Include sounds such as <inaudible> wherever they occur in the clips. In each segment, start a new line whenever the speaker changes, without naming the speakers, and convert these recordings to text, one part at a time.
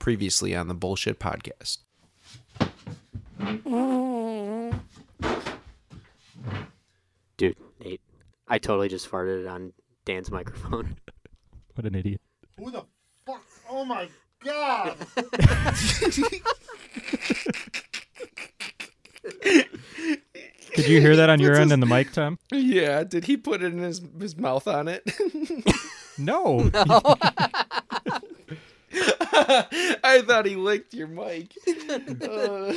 previously on the Bullshit Podcast.
Dude, Nate, I totally just farted on Dan's microphone.
What an idiot.
Who the fuck? Oh my god!
Did you hear that on your end in the mic, Tom?
Yeah, did he put in his, his mouth on it? <laughs>
No.
I thought he licked your mic.
I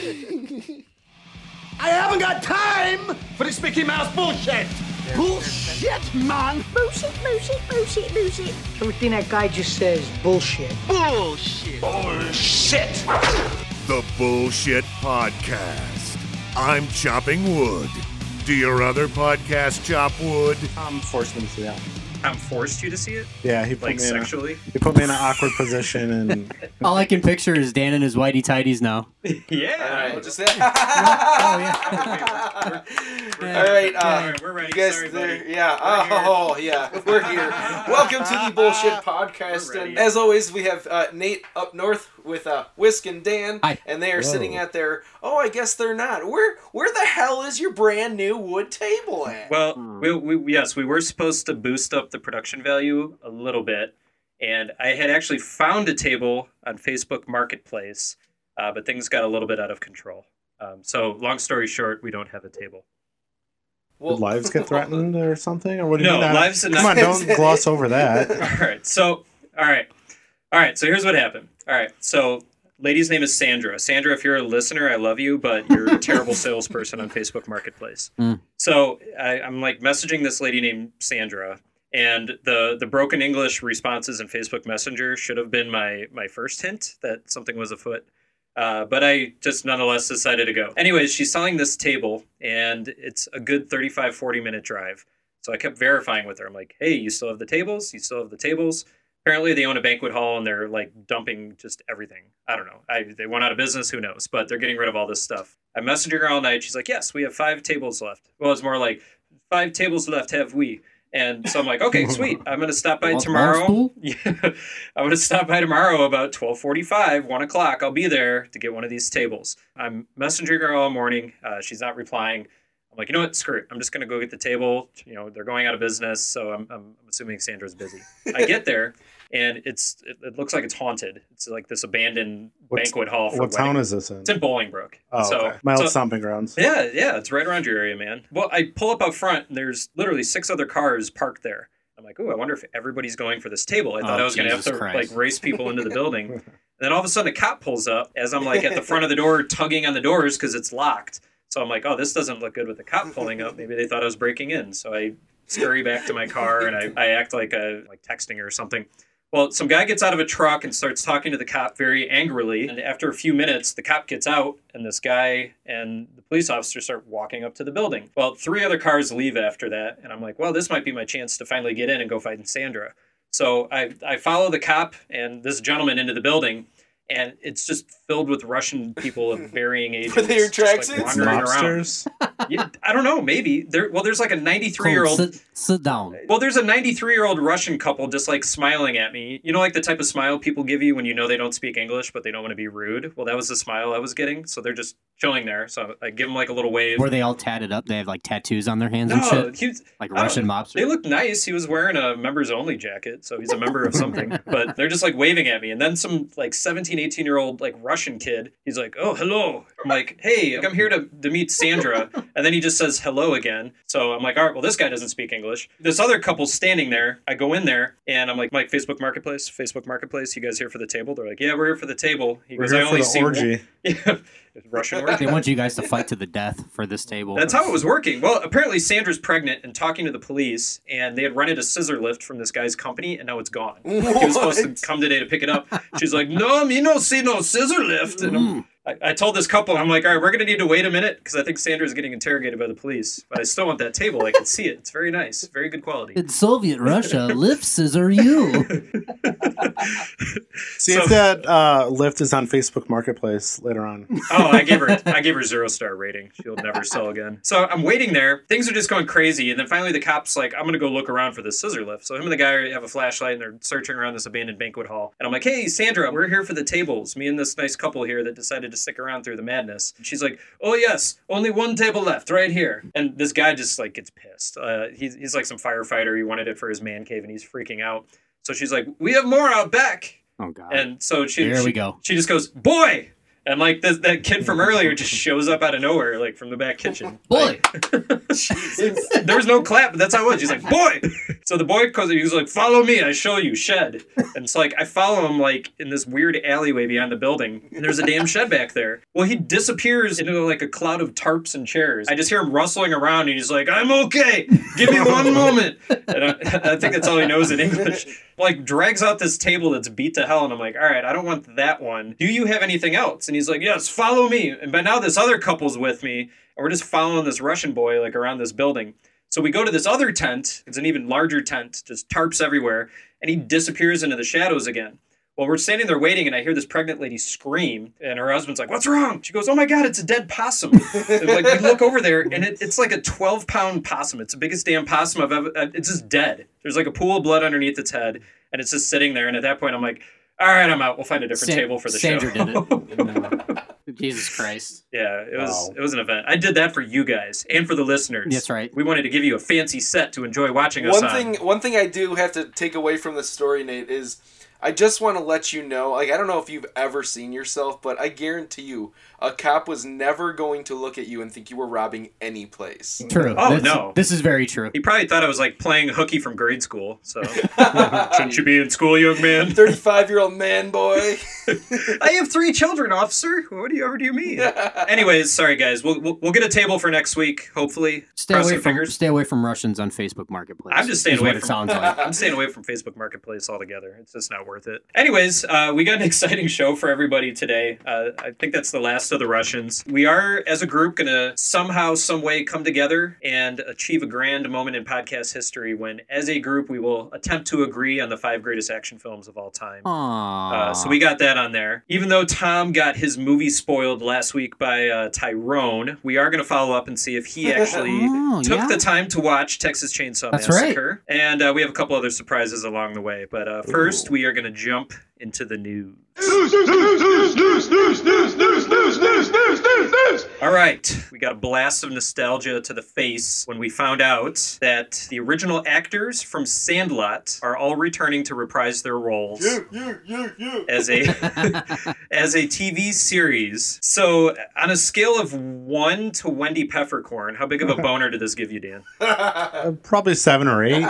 haven't got time for this Mickey Mouse bullshit. Bullshit, man.
Bullshit, bullshit, bullshit, bullshit. Everything that guy just says, bullshit.
Bullshit.
The Bullshit Podcast. I'm chopping wood. Do your other podcasts chop wood?
I'm forced him to see that.
I'm forced you to see it,
Yeah, he put
like
me in. A,
sexually.
he put me in an awkward position, and
<laughs> All I can picture is Dan and his whitey tidies now.
Yeah.
Just <laughs> that.
<laughs>
All right, uh,
All right, we're ready.
you guys
Sorry,
there-
buddy.
yeah. Oh, yeah. We're
<laughs>
here. Welcome to the Bullshit Podcast.
We're ready.
And as always, we have uh, Nate up north with uh, Whisk and Dan,
Hi.
and they are sitting at their. Oh, I guess they're not. Where Where the hell is your brand new wood table at?
Well, we, we, yes, we were supposed to boost up the production value a little bit, and I had actually found a table on Facebook Marketplace, uh, but things got a little bit out of control. Um, so, long story short, we don't have a table.
Well,
did lives get threatened or something, or what do you
No,
mean? I-
lives are
Come on,
not- <laughs>
don't gloss over that.
all right. So, all right. All right. So here's what happened. All right. So, lady's name is Sandra. Sandra, if you're a listener, I love you, but you're a
<laughs>
terrible salesperson on Facebook Marketplace.
Mm.
So I, I'm like messaging this lady named Sandra, and the the broken English responses in Facebook Messenger should have been my my first hint that something was afoot. Uh, but I just nonetheless decided to go. Anyways, she's selling this table, and it's a good 35, 40 minute drive. So I kept verifying with her. I'm like, hey, you still have the tables? You still have the tables? Apparently, they own a banquet hall and they're like dumping just everything. I don't know. I, they went out of business. Who knows? But they're getting rid of all this stuff. I messaged her all night. She's like, yes, we have five tables left. Well, it's more like five tables left have we. And so I'm like, okay, sweet. I'm gonna stop by
Want
tomorrow.
barstool?
<laughs> Yeah. I'm gonna stop by tomorrow about 12:45, one o'clock. I'll be there to get one of these tables. I'm messaging her all morning. Uh, she's not replying. I'm like, you know what? Screw it. I'm just gonna go get the table. You know, they're going out of business, so I'm, I'm, I'm assuming Sandra's
<laughs>
busy. I get there, and it's it, it looks like it's haunted. It's like this abandoned
What's-
banquet hall for
What town is this in?
It's in Bolingbrook.
Oh,
so,
okay. my old
so-
stomping grounds.
yeah, yeah, it's right around your area, man. Well, I pull up out front, and there's literally six other cars parked there. I'm like, oh, I wonder if everybody's going for this table. I thought
Oh,
I was going to have
Jesus
to
Christ.
like race people into the
<laughs>
building. and then all of a sudden, a cop pulls up as I'm like at the front of the door, tugging on the doors because it's locked. So I'm like, oh, this doesn't look good with the cop pulling up. Maybe they thought I was breaking in. So I scurry back to my car and I, I act like a like texting her or something. Well, some guy gets out of a truck and starts talking to the cop very angrily. And after a few minutes, the cop gets out, and this guy and the police officer start walking up to the building. Well, three other cars leave after that, and I'm like, well, this might be my chance to finally get in and go find Sandra. So I, I follow the cop and this gentleman into the building, and it's just filled with Russian
<laughs>
people of varying ages.
Were they your
just, like,
tracksuits?
wandering around.
Mobsters?
Yeah, I don't know. Maybe there. Well, there's like a 93 year old.
Sit, sit down.
Well, there's a 93 year old Russian couple just like smiling at me. You know, like the type of smile people give you when you know they don't speak English, but they don't want to be rude. Well, that was the smile I was getting. So they're just chilling there. So I give them like a little wave.
Were they all tatted up? They have like tattoos on their hands and
no,
shit,
he was-
like
I don't-
Russian mobsters.
they looked nice. He was wearing a members only jacket, so he's a member of something.
<laughs>
but they're just like waving at me. And then some like 17, 18 year old like Russian kid, he's like, oh, hello. I'm like, hey, I'm here to, to meet Sandra. And then he just says hello again. So I'm like, all right, well, this guy doesn't speak English. This other couple's standing there. I go in there and I'm like, Mike, Facebook Marketplace, Facebook Marketplace, you guys here for the table? They're like, yeah, we're here for the table. He
We're
goes,
here
I
for
only
the
see one-
orgy.
<laughs> Russian word.
<laughs>
They want you guys to fight to the
<laughs>
death for this table.
That's
<laughs>
how it was working. Well, apparently Sandra's pregnant and talking to the police, and they had rented a scissor lift from this guy's company, and now it's gone. He was supposed to come today to pick it up. She's like, "No, me no see no scissor lift," and I'm, I, I told this couple, I'm like, all right, we're gonna need to wait a minute because I think Sandra's getting interrogated by the police. But I still want that table. I can see it. It's very nice, very good quality.
In Soviet
<laughs>
Russia, lifts are you.
See
So-
if that uh, lift is on Facebook Marketplace
<laughs>
later on.
Oh, I gave her I gave her zero star rating. She'll never sell again. So I'm waiting there. Things are just going crazy, and then finally the cops like, I'm gonna go look around for this scissor lift. So him and the guy have a flashlight and they're searching around this abandoned banquet hall. And I'm like, Hey Sandra, we're here for the tables. Me and this nice couple here that decided to stick around through the madness. And she's like, Oh yes, only one table left right here. And this guy just like gets pissed. Uh, he's he's like some firefighter. He wanted it for his man cave, and he's freaking out. So she's like, We have more out back.
Oh god.
And so she
There
she,
we go.
She just goes, "Boy!" And like this, that kid from earlier just shows up out of nowhere, like from the back kitchen.
Boy,
There was no clap, but that's how it was. He's like, "Boy!" So the boy comes. He's like, "Follow me. I show you shed." And it's like I follow him like in this weird alleyway behind the building. And there's a damn shed back there. Well, he disappears into like a cloud of tarps and chairs. I just hear him rustling around, and he's like, "I'm okay. Give me one moment." And I, I think that's all he knows in English. Like drags out this table that's beat to hell, and I'm like, "All right, I don't want that one. Do you have anything else?" And he's like, "Yes, follow me." And by now, this other couple's with me, and we're just following this Russian boy like around this building. So we go to this other tent. It's an even larger tent, just tarps everywhere, and he disappears into the shadows again. Well, we're standing there waiting, and I hear this pregnant lady scream, and her husband's like, "What's wrong?" She goes, "Oh my God, it's a dead
<laughs>
possum!" and, like we look over there, and it, it's like a twelve-pound possum. It's the biggest damn possum I've ever. uh, It's just dead. There's like a pool of blood underneath its head, and it's just sitting there. And at that point, I'm like, "All right, I'm out. We'll find a different
San-
table for the
Sandra
show."
did
<laughs>
it. Jesus Christ.
Yeah, it was
Wow.
it was an event. I did that for you guys and for the listeners.
That's right.
We wanted to give you a fancy set to enjoy watching us
one
on.
thing one thing I do have to take away from this story, Nate, is I just want to let you know, like I don't know if you've ever seen yourself, but I guarantee you, a cop was never going to look at you and think you were robbing any place.
True.
Oh,
That's-
no.
This is very true.
He probably thought I was like playing hooky from grade school.
<laughs>
So shouldn't you be in school, young man?
Thirty-five year old man boy.
I have three children, officer. What do you ever do
<laughs>
you mean? Anyways, sorry guys. We'll, we'll we'll get a table for next week. Hopefully,
Stay
Cross
away
your
from
fingers.
stay away from Russians on Facebook Marketplace.
I'm just staying
is
away
what
from-
it sounds like.
<laughs> I'm staying away from Facebook Marketplace altogether. It's just not worth it. Anyways, uh, we got an <laughs> exciting show for everybody today. Uh, I think that's the last of the Russians. We are, as a group, going to somehow, some way come together and achieve a grand moment in podcast history when, as a group, we will attempt to agree on the five greatest action films of all time.
Aww.
Uh, so we got that on there. Even though Tom got his movie spoiled last week by uh, Tyrone, we are going to follow up and see if he actually
Oh,
took
yeah.
the time to watch Texas Chainsaw
That's right.
Massacre. And uh, we have a couple other surprises along the way. But uh, first, we are going to jump into the news. All right, we got a blast of nostalgia to the face when we found out that the original actors from Sandlot are all returning to reprise their roles
<laughs>
as a as a TV series. So, on a scale of one to Wendy Peppercorn, how
<laughs>
big of a boner did this give you, Dan?
Uh, probably seven
<laughs>
or eight.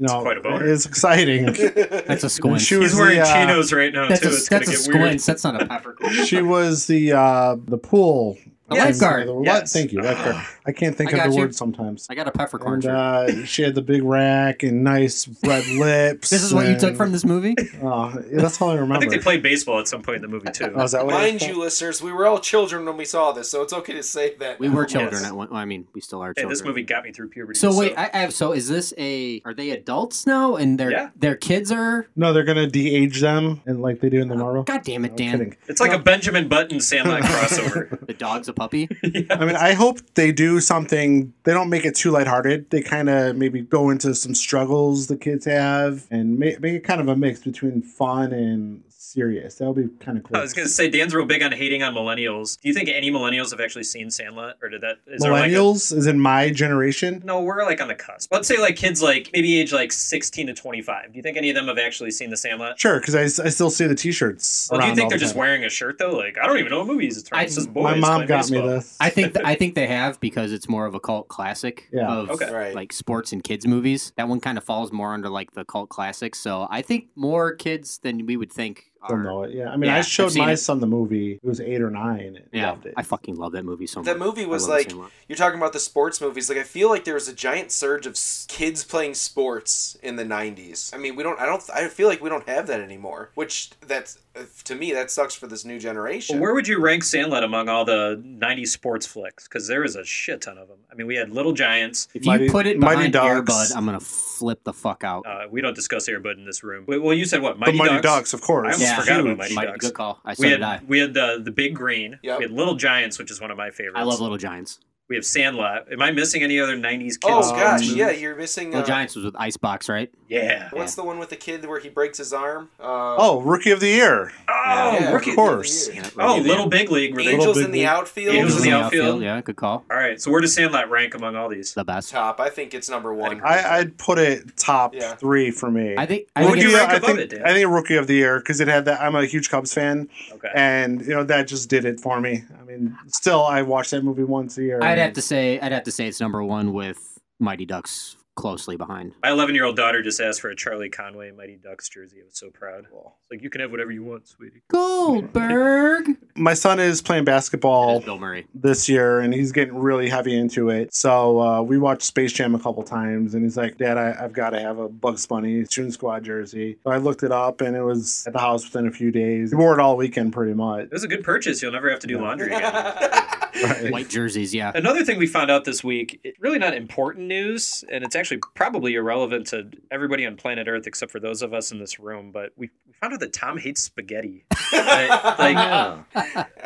No,
quite a boner. <laughs>
it's exciting.
That's a squint.
she was
He's wearing
the, uh,
chinos right now
That's
too.
a,
it's
that's a
gonna get
squint.
weird.
That's not a <laughs> peppercorn.
She was the uh, the pool
A
Yes.
lifeguard.
The li-
Yes.
Thank you.
<sighs>
lifeguard. I can't think
I got
of the
you.
word sometimes.
I got a peppercorn.
And
shirt.
uh, she had the big rack and nice
<laughs>
red lips.
this is what you took from
and-
this movie?
Oh, yeah, that's all I remember.
I think they played baseball at some point in the movie too.
Oh, is that <laughs> what it
Mind
was
you, listeners, we were all children when we saw this, so it's okay to say that.
<laughs> We were children
Yes.
at one. Well, I mean, we still are
Hey,
children.
this movie got me through puberty.
So wait, I, I have. So is this a? Are they adults now? And their
Yeah.
their kids are.
No, they're gonna de-age them and like they do in the Marvel.
God damn it,
I'm
Dan!
kidding.
it's like a Benjamin Button
<laughs>
Sandlot crossover.
The dog's a
<laughs>
puppy.
I mean, I hope they do something. They don't make it too lighthearted. They kind of maybe go into some struggles the kids have and make, make it kind of a mix between fun and serious. That would be kind of cool.
I was gonna say Dan's real big on hating on millennials. Do you think any millennials have actually seen Sandlot, or did that? Is there like a-
Millennials is in my generation.
no, we're like on the cusp. Let's say like kids like maybe age like sixteen to twenty five. Do you think any of them have actually seen the Sandlot?
Sure, because I, s- I still see the T-shirts.
Well, Oh, do you
around
think
all
they're
the
just
time.
wearing a shirt though? Like I don't even know what movies it's from.
I-
It's just boys.
My mom
playing
got
baseball.
me this.
I think I think they have because it's more of a cult classic
Yeah.
of
Okay.
Right.
like sports and kids movies. That one kind of falls more under like the cult classics. So I think more kids than we would think
They'll
are.
know it. Yeah, I mean,
Yeah,
I
I've
showed
seen
my
it.
son the movie. It was eight or nine. and
Yeah,
loved it.
I fucking love that movie so much.
That movie
I
was
love it
like
so much.
you're talking about the sports movies. Like I feel like there was a giant surge of s- kids playing sports in the '90s. I mean, we don't. I don't. I feel like we don't have that anymore. Which that's uh, to me that sucks for this new generation.
Well, where would you rank Sandlot among all the 90s sports flicks? Because there was a shit ton of them. I mean, we had Little Giants.
If
Mighty-
you put it
Mighty
behind
Ducks.
Airbud, I'm gonna flip the fuck out.
Uh, we don't discuss Airbud in this room. Well, well, you said what?
The
Mighty,
Mighty
Ducks.
Ducks, of
I
course.
almost
Yeah.
forgot about
Huge.
Mighty
Mighty-
Ducks.
Good call. I so
We
did I.
had we had the the Big Green.
Yep.
We had Little Giants, which is one of my favorites.
I love Little Giants.
We have Sandlot. Am I missing any other '90s kids?
oh
sports
gosh,
movies?
yeah, you're missing. Uh,
Little Giants was with Icebox, right?
yeah.
What's the one with the kid where he breaks his arm? Uh,
Oh, Rookie of the Year.
Oh,
yeah,
rookie.
Of course.
Yeah,
Oh,
Rookie of the
Little
Year.
Big League. Were they
Angels
Big
in the
League.
outfield.
Angels in the
Little
Outfield.
Yeah, good call.
All right. So where does Sandlot rank among all these?
The best.
top. I think it's number one.
I, I'd put it top
Yeah.
three for me.
I think. I think
Rookie,
would you
it's-
rank
I
above
think,
it, Dan?
I think Rookie of the Year because it had that. I'm a huge Cubs fan,
Okay.
and you know that just did it for me. I mean, still, I watch that movie once a year.
I'd have to say. I'd have to say it's number one with Mighty Ducks closely behind.
My 11 year old daughter just asked for a Charlie Conway Mighty Ducks jersey. I was so proud. It's like you can have whatever you want, sweetie.
Goldberg. <laughs>
My son is playing basketball
Bill Murray.
this year, and he's getting really heavy into it. So uh, we watched Space Jam a couple times, and he's like, "Dad, I, I've got to have a Bugs Bunny Shooting Squad jersey." So I looked it up, and it was at the house within a few days. He wore it all weekend, pretty much.
It was a good purchase. You'll never have to do laundry again.
Right.
White jerseys. Yeah.
Another thing we found out this week, it- really not important news, and it's actually probably irrelevant to everybody on planet Earth except for those of us in this room, but we we found out that Tom hates spaghetti. Like- like,
I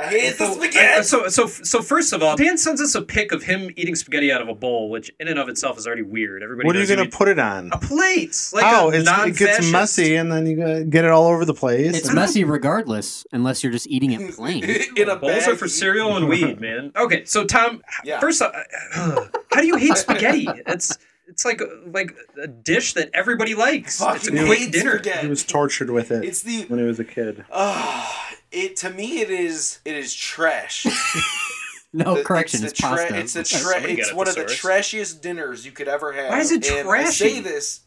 hate the
Uh,
Oh, spaghetti.
so so so first of all, Dan sends us a pic of him eating spaghetti out of a bowl, which in and of itself is already weird. Everybody
What are you
knows
gonna
eat-
put it on?
a plate? Oh, Like
How?
a
It's, it gets
non-fascist.
messy, and then you gotta get it all over the place.
It's messy regardless, unless you're just eating
<laughs>
it plain.
<laughs> in a
Bowls
bag.
are for cereal
<laughs>
and weed, man. Okay, so Tom,
Yeah.
first off, uh, how do
<laughs>
you hate spaghetti? It's it's like uh, like a dish that everybody likes. It's
Fucking
a
hate
great dinner.
spaghetti.
He was tortured with it
It's the
when he was a kid.
Ah, it to me it is it is trash.
No
The-
Oh, correction, it's,
the tra-
pasta. <laughs>
It's, the tra-
Somebody got
it's
a
one of the
thesaurus.
trashiest dinners you could ever have.
Why is it
And I say
trashy?
this.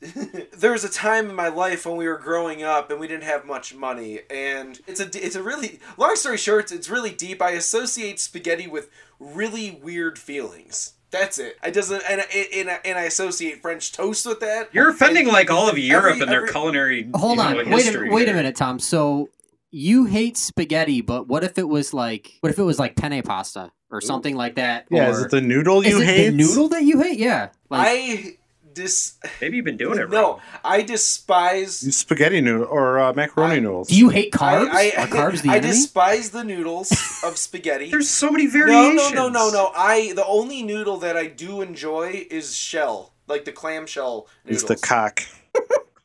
<laughs> there was a time in my life when we were growing up and we didn't have much money, and it's a d- it's a really long story short. It's, it's really deep. I associate spaghetti with really weird feelings. That's it. I doesn't and I- and I, and I associate French toast with that.
You're offending
And-
like all of Europe
Every-
and their
every-
culinary.
Hold
you
on,
know,
wait a
history
wait a
there.
minute, Tom. So you hate spaghetti, but what if it was like what if it was like penne pasta or something like that?
Yeah,
or,
is it the noodle you
is it
hate?
the noodle that you hate? Yeah, like
I dis
Maybe you've been doing it
no.
wrong.
I despise
Spaghetti noodle or uh, macaroni noodles?
do you hate carbs?
I, I,
Are carbs the
I
enemy?
despise the noodles of spaghetti.
There's so many
no,
variations.
no, no, no, no. I the only noodle that I do enjoy is shell, like the clamshell
It's
noodles.
the cock.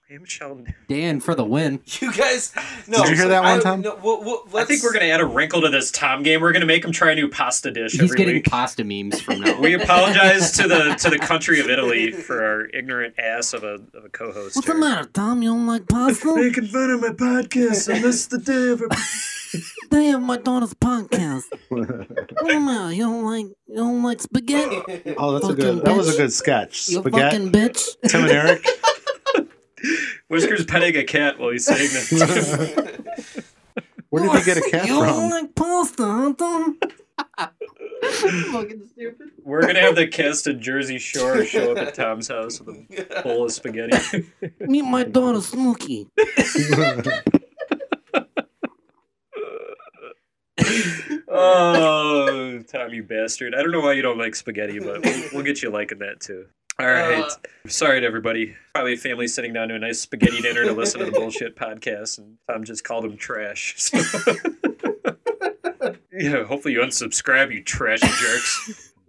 Clam shell-
Dan for the <laughs> win.
you guys. No,
Did you hear that
I-
one, Tom?
No, well, well,
I
let's,
think we're gonna add a wrinkle to this Tom game. We're gonna make him try a new pasta dish
He's
every
getting <laughs>
week.
pasta memes from now. on.
We apologize to the to the
<laughs>
country of Italy for our ignorant ass of a of a co-host.
What's the
here.
matter, Tom? You don't like <laughs> pasta?
Making fun of my podcast. I missed the day of it.
Damn, my daughter's podcast. What am I? You don't like you don't like spaghetti?
Oh, that's a
Fucking
good. That was a
bitch.
good sketch.
You
Spaghetti.
fucking bitch.
Tim
<laughs>
and Eric.
Whiskers petting a cat while he's saying this.
Where did you get a cat
You don't
from?
like pasta, huh, Tom?
We're gonna have the cast of Jersey Shore show up at Tom's house with a bowl of spaghetti.
Meet my daughter, Snooky.
oh, Tom, you bastard! I don't know why you don't like spaghetti, but we'll, we'll get you liking that too. All right. Sorry to everybody. Probably a family sitting down to a nice spaghetti dinner to listen to the bullshit podcast, and Tom just called him trash. <laughs> So. yeah, hopefully you unsubscribe, you trashy jerks. <laughs>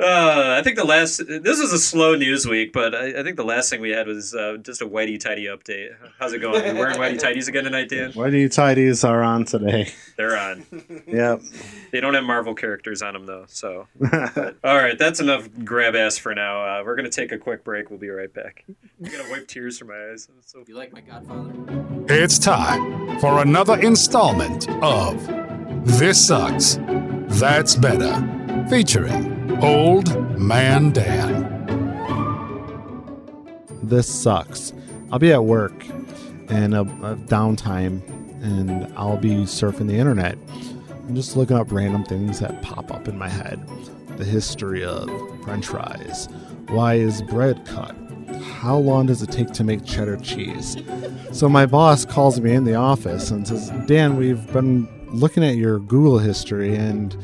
Uh, I think the last this is a slow news week, but I, I think the last thing we had was uh, just a whitey tidy update. How's it going? Are you wearing whitey tidies again tonight, Dan?
Why do you tidies are on today?
They're on.
Yep.
They don't have Marvel characters on them though. So, But- all right, that's enough grab ass for now. Uh, we're gonna take a quick break. We'll be right back. I gotta wipe tears from my eyes. I'm so
You like my Godfather?
It's time for another installment of This Sucks, That's Better, featuring Old Man Dan.
this sucks. I'll be at work and a, a downtime, and I'll be surfing the internet and just looking up random things that pop up in my head. The history of French fries. Why is bread cut?
How long does it take to make cheddar cheese? So my boss calls me in the office and says, Dan, we've been looking at your Google history and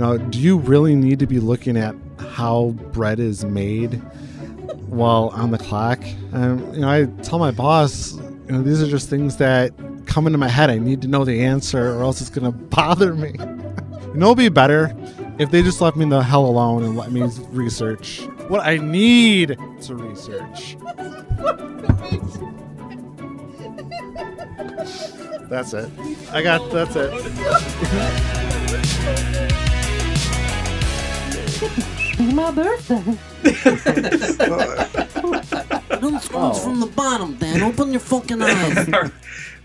you know, do you really need to be looking at how bread is made while on the clock? And you know, I tell my boss, you know, these are just things that come into my head. I need to know the answer or else it's gonna <laughs> bother me. You know, it'd be better if they just left me the hell alone and let me research what I need to research. That's it. I got. That's
My birthday.
Don't scroll from the bottom, Dan. Open your fucking eyes.
All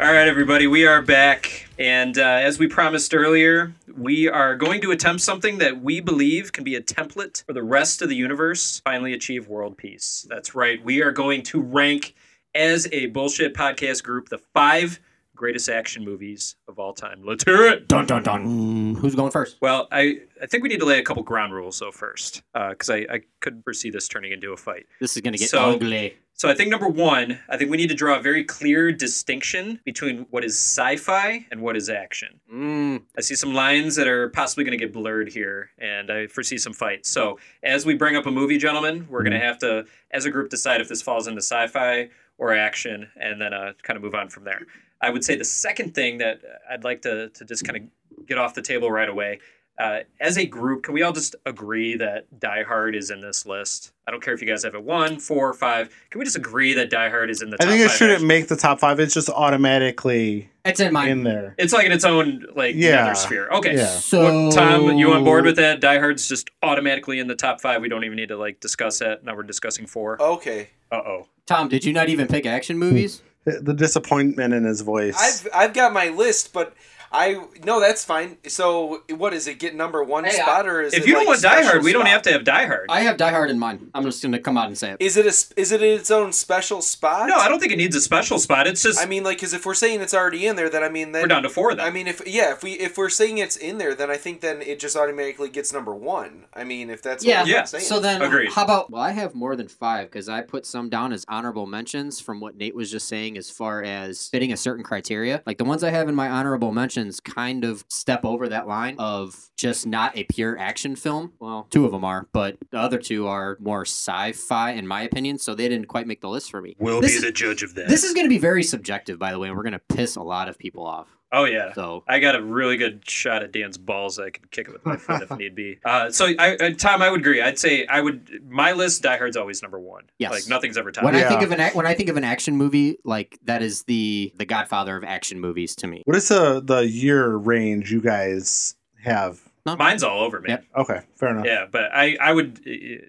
right, everybody, we are back. And uh, as we promised earlier, we are going to attempt something that we believe can be a template for the rest of the universe, finally achieve world peace. That's right. We are going to rank, as a bullshit podcast group, the five greatest action movies of all time. Let's hear it.
Dun dun dun. Mm, Who's going first?
Well, I, I think we need to lay a couple ground rules, though, first, because I, I could foresee this turning into a fight.
This is gonna get
So-
ugly.
So I think number one, I think we need to draw a very clear distinction between what is sci-fi and what is action. I see some lines that are possibly going to get blurred here, and I foresee some fights. So as we bring up a movie, gentlemen, we're
Mm-hmm.
going to have to, as a group, decide if this falls into sci-fi or action, and then uh, kind of move on from there. I would say the second thing that uh, I'd like to to just kind of get off the table right away. Uh, as a group, can we all just agree that Die Hard is in this list? I don't care if you guys have it one, four, five. Can we just agree that Die Hard is in the
I
top
think it
five
shouldn't make the top five. It's just automatically
it's in my
in there.
It's like in its own like
Yeah.
other sphere. Okay.
Yeah.
So-
Tom, you on board with that? Die Hard's just automatically in the top five. We don't even need to like discuss that. Now we're discussing four.
Okay.
Uh oh.
Tom, did you not even pick action movies?
The disappointment in his voice.
I've I've got my list, but I no, that's fine. So what is it? Get number one
Hey, I-
spot or is
If
it
you
like
don't want Die
special
Hard, we don't
spot?
have to have Die Hard.
I have Die Hard in mind. I'm just gonna come out and say it.
Is it a s- is it its own special spot?
No, I don't think it needs a special spot. It's just
I mean, like, because if we're saying it's already in there, then I mean, then
We're down to four, then.
I mean, if yeah, if we if we're saying it's in there, then I think then it just automatically gets number one. I mean, if that's
yeah.
what I'm saying.
So then,
Agreed.
how about? Well, I have more than five because I put some down as honorable mentions from what Nate was just saying, as far as fitting a certain criteria. Like the ones I have in my honorable mentions, kind of step over that line of just not a pure action film. Well, two of them are, but the other two are more sci-fi, in my opinion. So they didn't quite make the list for me.
we'll
this
be
is-
the judge of that.
This is going to be very subjective, by the way, and we're going to piss a lot of people off.
oh yeah.
So
I got a really good shot at Dan's balls. I could kick it with my foot if
<laughs>
need be. Uh, so, I, I, Tom, I would agree. I'd say I would. My list, Die Hard's always number one.
Yes.
Like nothing's ever top.
when I
Yeah.
think of an ac- when I think of an action movie, like that is the the Godfather of action movies to me.
What is the the year range you guys have?
Mine's all over, man.
Yep.
Okay, fair enough.
Yeah, but I, I would.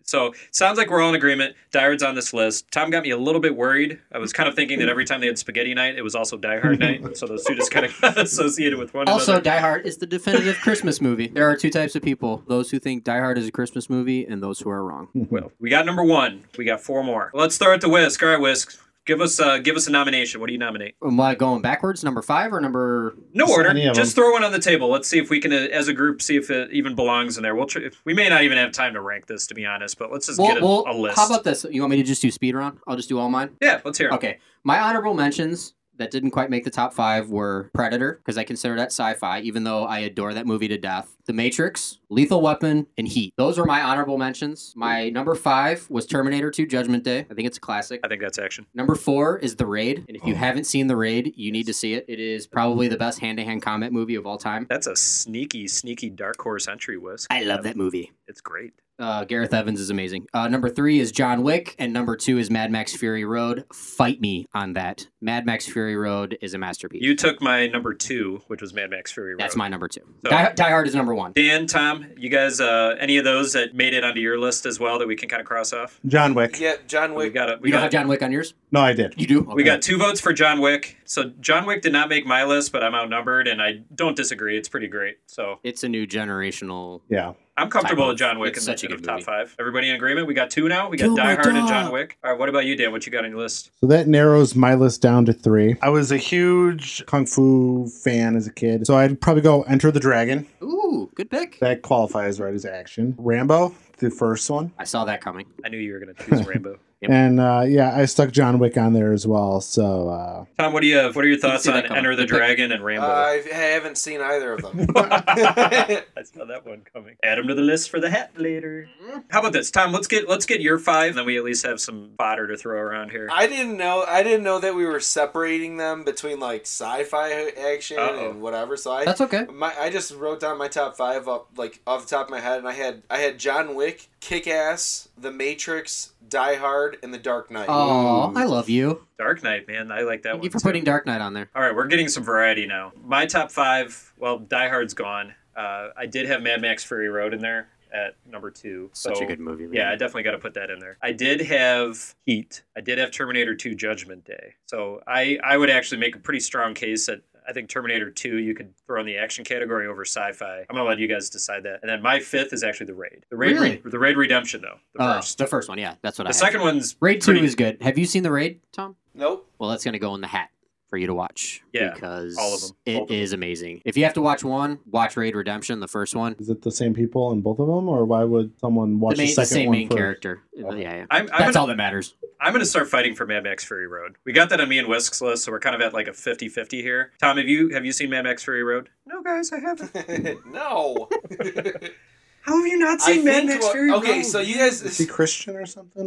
So it sounds like we're all in agreement. Die Hard's on this list. Tom got me a little bit worried. I was kind of thinking that every time they had spaghetti night, it was also Die Hard night. So those two just kind of got <laughs> associated with one
Also,
another.
Die Hard is the definitive Christmas movie. There are two types of people: those who think Die Hard is a Christmas movie, and those who are wrong.
Well, we got number one. We got four more. Let's throw it to Whisk. All right, Whisk. Give us uh, give us a nomination. What do you nominate?
Am I going backwards? Number five or number?
No
Just
order.
any of
Just throw one on the table. Let's see if we can, uh, as a group, see if it even belongs in there. We'll tr- we may not even have time to rank this, to be honest. But let's just
Well,
get a,
well,
a list.
how about this? You want me to just do speed round? I'll just do all mine.
yeah, let's hear. it.
Okay. My honorable mentions that didn't quite make the top five were Predator, because I consider that sci fi, even though I adore that movie to death. The Matrix, Lethal Weapon, and Heat. Those were my honorable mentions. My number five was Terminator 2 Judgment Day. I think it's a classic.
I think that's action.
Number four is The Raid. And if you haven't seen The Raid, you need to see it. It is probably the best hand to hand combat movie of all time.
That's a sneaky, sneaky dark horse entry, Whisk.
I love that movie.
It's great.
Uh, Gareth Evans is amazing. Uh, number three is John Wick, and number two is Mad Max Fury Road. Fight me on that. Mad Max Fury Road is a masterpiece.
You took my number two, which was Mad Max Fury Road.
That's my number two.
So-
Die, Die Hard is number one.
Dan, Tom, you guys, uh, any of those that made it onto your list as well that we can kind of cross off?
John Wick.
yeah, John
We
Wick.
got it. We
you don't
got.
have John Wick on yours?
No, I did.
You do? Okay.
We got two votes for John Wick. So John Wick did not make my list, but I'm outnumbered, and I don't disagree. It's pretty great. So
It's a new generational.
Yeah.
I'm comfortable
Type
with John Wick in
it's
the
such a
the
good
top
movie.
five. Everybody in agreement? We got two now. We got
Kill
Die
my
Hard and John
dog.
Wick. All right, what about you, Dan? What you got on your list?
So that narrows my list down to three.
I was a huge kung fu fan as a kid, so I'd probably go Enter the Dragon.
Ooh, good pick.
That qualifies right as action. Rambo, the first one.
I saw that coming. <laughs>
I knew you were going to choose Rambo.
Yep. And uh, yeah, I stuck John Wick on there as well. So uh,
Tom, what do you have? What are your thoughts
see that
on
coming.
Enter the Dragon and Rambo?
uh, I haven't seen either of
<laughs>
them. <laughs>
I saw that one coming. Add them to the list for the hat later. How about this, Tom? Let's get let's get your five, and then we at least have some fodder to throw around here.
I didn't know. I didn't know that we were separating them between like sci-fi action
Uh-oh.
and whatever. So I
That's okay.
My I just wrote down my top five up like off the top of my head, and I had I had John Wick, Kick Ass, The Matrix, Die Hard, and The Dark Knight.
Oh, I love you.
Dark Knight, man, I like that
Thank
one.
you for
too.
putting Dark Knight on there.
All right, we're getting some variety now. My top five. Well, Die Hard's gone. Uh, I did have Mad Max Fury Road in there at number two.
Such
so-
a good movie. Man.
Yeah, I definitely got to put that in there. I did have Heat. I did have Terminator 2 Judgment Day. So I, I would actually make a pretty strong case that I think Terminator 2 you could throw in the action category over sci-fi. I'm gonna let you guys decide that. And then my fifth is actually the Raid. The Raid,
Really?
the Raid Redemption though. The
Oh,
first.
the first one, yeah, that's what I.
The
had.
second one's
Raid
pretty-
Two is good. Have you seen the Raid, Tom?
Nope. <laughs>
Well, that's gonna go in the hat for you to watch.
Yeah,
because
all of them.
it is amazing. If you have to watch one, watch Raid Redemption, the first one.
is it the same people in both of them, or why would someone watch
the,
the,
main, the
second
same
one
main
first?
character. Yeah, yeah.
I'm- I'm
that's
gonna-
all that matters.
I'm gonna start fighting for Mad Max Fury Road. We got that on me and Whisk's list, so we're kind of at like a 50-50 here. Tom, have you have you seen Mad Max Fury Road? No, guys, I haven't.
no.
<laughs> How have you not seen
I
Mad
think
Max
what-
Fury Road?
Okay, so you guys
Is he Christian or something?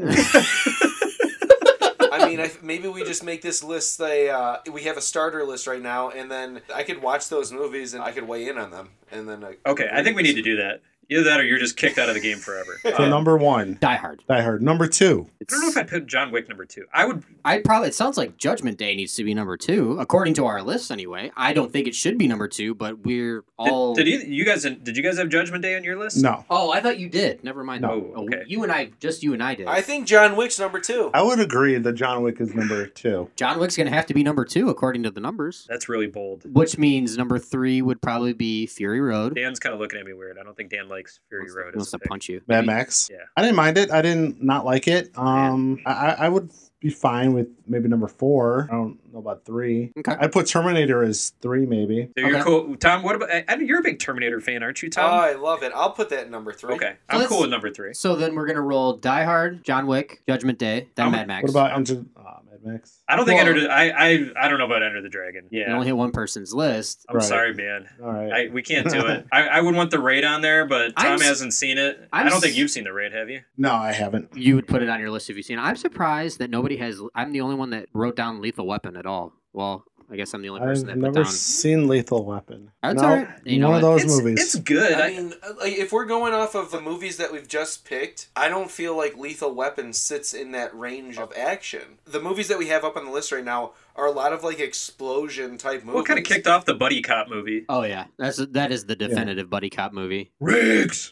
I mean, I, maybe we just make this list a. Uh, we have a starter list right now, and then I could watch those movies and I could weigh in on them, and then. I,
Okay, I think we need to do that. Either that, or you're just kicked out of the game <laughs> forever.
so
Um,
<laughs> number one,
Die Hard.
Die Hard. Number two,
I don't know if I'd put John Wick number two. I would.
I probably it sounds like Judgment Day needs to be number two, according to our list anyway. I don't think it should be number two, but we're all.
Did, did either, you guys did you guys have Judgment Day on your list?
no.
Oh, I thought you did. Never mind.
No.
Oh,
Okay.
You and I, just you and I did.
I think John Wick's number two.
I would agree that John Wick is number two.
John Wick's gonna have to be number two according to the numbers,
That's really bold.
which means number three would probably be Fury Road.
Dan's kind of looking at me weird. I don't think Dan likes Fury Road.
Wants
As a
to
pick.
punch you.
Mad Max.
Yeah.
I didn't mind it. I didn't not like it. Um, I, I- I would be fine with maybe number four. I don't know about three.
Okay.
I put Terminator as three, maybe.
So you're
Okay.
cool, Tom. What about? I, I mean, you're a big Terminator fan, aren't you,
Oh,
Tom?
I love it. I'll put that in number three.
okay,
So
I'm
let's-
cool with number three.
So then we're gonna roll Die Hard, John Wick, Judgment Day, then
I'm-
Oh, Mad Max.
Um, What about Enter Ah, Mad Max?
I don't think
Well-
Enter. the- I I I don't know about Enter the Dragon.
You
Yeah,
only hit one person's list.
I'm
Right.
sorry, man.
All
I,
right.
we can't do
<laughs>
it. I, I would want the raid on there, but Tom
I'm s-
hasn't seen it. I
I'm
don't think
s-
you've seen the raid, have you?
no, I haven't.
You would put it on your list if you've seen it. I'm surprised that nobody has. I'm the only one that wrote down Lethal Weapon at all. Well, I guess I'm the only
I've
person that put
never
down.
seen Lethal Weapon.
That's
No,
all right. You know
one of
what?
those
it's,
movies.
It's good.
I
I,
mean, uh, like, if we're going off of the movies that we've just picked, I don't feel like Lethal Weapon sits in that range of action. The movies that we have up on the list right now are a lot of like explosion type movies.
what kind of kicked off the buddy cop movie?
oh yeah, that's that is the definitive buddy cop movie. <laughs>
Riggs!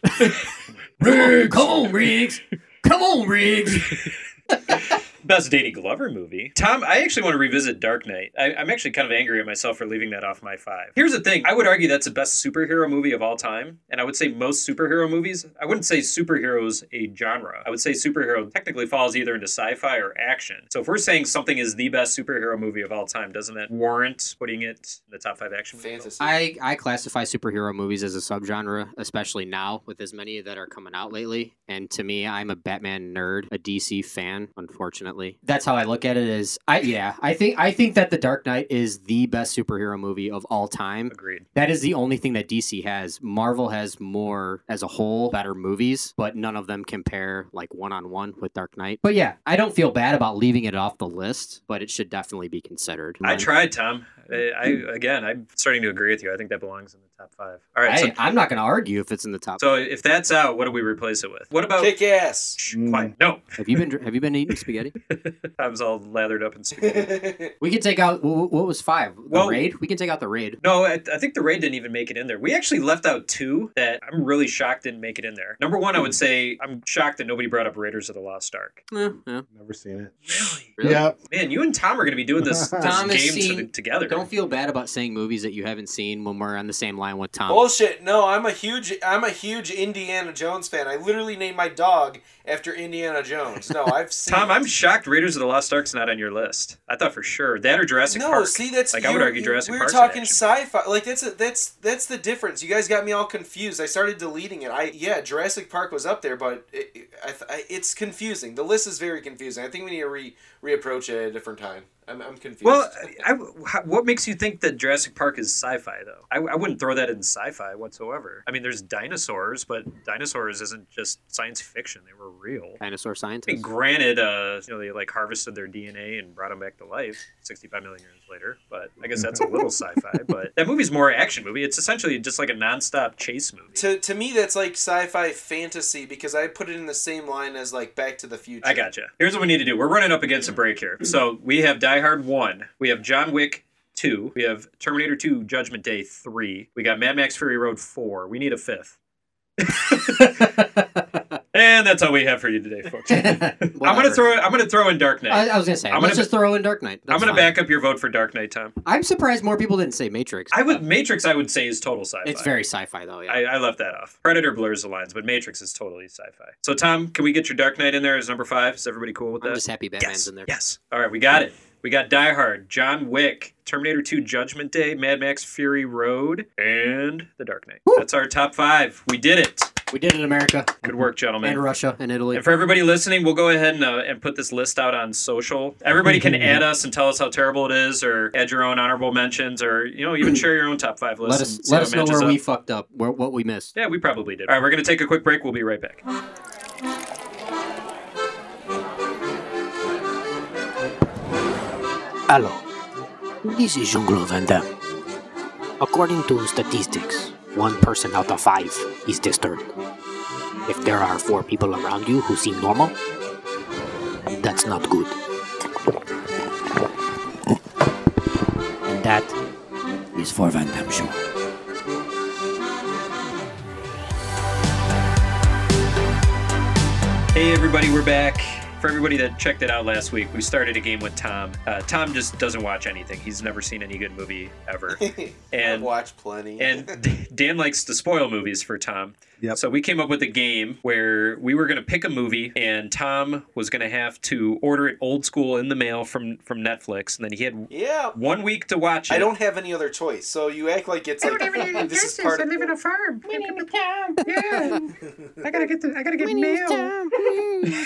Come on, Riggs. Come on, Riggs.
Best Danny Glover movie. Tom, I actually want to revisit Dark Knight. I, I'm actually kind of angry at myself for leaving that off my five. Here's the thing I would argue that's the best superhero movie of all time. And I would say most superhero movies, I wouldn't say superheroes a genre. I would say superhero technically falls either into sci fi or action. So if we're saying something is the best superhero movie of all time, doesn't that warrant putting it in the top five action movies?
fantasy?
I I classify superhero movies as a subgenre, especially now with as many that are coming out lately. And to me, I'm a Batman nerd, a DC fan. Unfortunately, that's how I look at it. Is I yeah, I think I think that the Dark Knight is the best superhero movie of all time.
Agreed.
That is the only thing that DC has. Marvel has more as a whole better movies, but none of them compare like one on one with Dark Knight. But yeah, I don't feel bad about leaving it off the list, but it should definitely be considered.
I tried, Tom. I, I again, I'm starting to agree with you. I think that belongs in the top five. All right, so
I, I'm not going to argue if it's in the top.
so if that's out, what do we replace it with? What about
Kick
<laughs>
ass.
Shh, quiet? No,
have you been dr- Have you been eating spaghetti?
Tom's all lathered up in spaghetti.
We can take out wh- wh- what was five. The
Well-
raid. We can take out the raid.
No, I, I think the raid didn't even make it in there. We actually left out two that I'm really shocked didn't make it in there. Number one, I would say I'm shocked that nobody brought up Raiders of the Lost Ark.
Eh, yeah.
Never seen it.
Really?
Really?
Yep.
Man, you and Tom are going to be doing this, this
Tom has
game to-
seen
together.
Don't feel bad about saying movies that you haven't seen when we're on the same line with
Um,
Tom.
Bullshit. No, I'm a huge I'm a huge Indiana Jones fan. I literally named my dog after Indiana Jones. No,
<laughs>
I've seen
Tom, I'm shocked. Raiders of the Lost Ark's not on your list. I thought for sure that or Jurassic
no,
Park.
see that's
like I would
you-
argue
you-
Jurassic
We were
Park.
talking sci-fi. Like that's a, that's that's the difference. You guys got me all confused. I started deleting it. I yeah, Jurassic Park was up there, but it, it- I, th- I, it's confusing. The list is very confusing. I think we need to re reapproach it at a different time. I'm, I'm confused.
Well, I, how- what makes you think that Jurassic Park is sci-fi though? I, I wouldn't throw that in sci-fi whatsoever. I mean, there's dinosaurs, but dinosaurs isn't just science fiction; they were real.
Dinosaur scientist.
And granted, uh, you know, they like harvested their DNA and brought them back to life 65 million years later. But I guess that's a little sci-fi. But that movie's more action movie. It's essentially just like a non-stop chase movie.
to to me that's like sci-fi fantasy because I put it in the same line as like Back to the Future.
I gotcha. Here's what we need to do. We're running up against a break here. So we have Die Hard 1. We have John Wick 2. We have Terminator 2 Judgment Day 3. We got Mad Max Fury Road 4. We need
<laughs>
a fifth. and that's all we have for you today, folks. I'm gonna throw I'm gonna throw in Dark Knight.
I, I was gonna say.
I'm
let's
gonna
just throw in Dark Knight.
I'm
That's
gonna
fine.
back up your vote for Dark Knight, Tom.
I'm surprised more people didn't say Matrix.
I would Matrix. I would say is total sci-fi.
Uh, It's very sci-fi though. Yeah.
I, I left that off. Predator blurs the lines, but Matrix is totally sci-fi. So Tom, can we get your Dark Knight in there as number five? Is everybody cool with that?
I'm just happy Batman's
yes.
in there.
Yes. All right, we got it. We got Die Hard, John Wick, Terminator 2, Judgment Day, Mad Max: Fury Road, and The Dark Knight. That's our top five. We did it.
We did it, America.
Good work, gentlemen.
And Russia and Italy.
And for everybody listening, we'll go ahead and, uh, and put this list out on social.
<laughs>
Everybody can add us and tell us how terrible it is, or add your own honorable mentions, or you know, even share your own top five list.
let us
and see
let
how
us
it
know
matches
where
up.
we fucked up, where, what we missed.
Yeah, we probably did. All right, we're going to take a quick break. We'll be right back.
Hello, this is Jean-Claude Van Damme. According to statistics, one person out of five is disturbed. If there are four people around you who seem normal, that's not good. And that is for Van Damme Show.
Hey, everybody, we're back. For everybody that checked it out last week, we started a game with Tom. Uh, Tom just doesn't watch anything. He's never seen any good movie
<laughs>
ever. And
watch plenty. <laughs>
And D- Dan likes to spoil movies for Tom. So we came up with a game where we were going to pick a movie, and Tom was going to have to order it old school in the mail from from Netflix, and then he had
yeah.
one week to watch it.
I don't have any other choice, so you act like it's like <laughs> this is part of.
on a farm. My name is Tom.
<laughs>
Yeah. I gotta get the. I gotta get mail.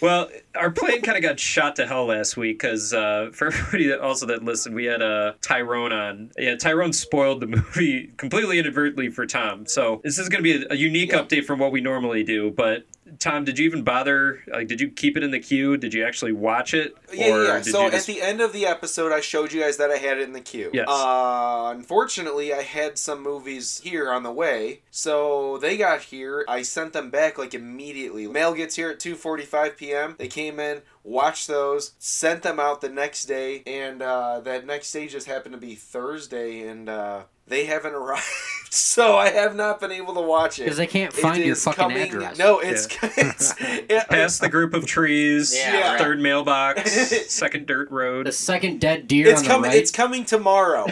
Well, our plane kind of got shot to hell last week because uh, for <laughs> everybody that also that listened, we had uh, Tyrone on. Yeah, Tyrone spoiled the <laughs> movie completely inadvertently for Tom. So this is going to be a, a unique update from what we normally do. But Tom, did you even bother? Like, did you keep it in the queue? Did you actually watch it?
Yeah, yeah, yeah.
did
So
you just-
at the end of the episode, I showed you guys that I had it in the queue.
Yes.
Uh, unfortunately, I had some movies here on the way, so they got here. I sent them back like immediately. Mail gets here at 2:45 p.m. They came in, watched those, sent them out the next day, and uh, that next day just happened to be Thursday, and uh, they haven't <laughs> arrived. So I have not been able to watch it
'Cause they can't find your
is
fucking address.
No, it's,
Yeah.
<laughs>
<laughs>
it's
past the group of trees,
<laughs> Yeah, right.
third
<laughs>
mailbox, second dirt road, the
second dead deer
it's coming. It's coming tomorrow.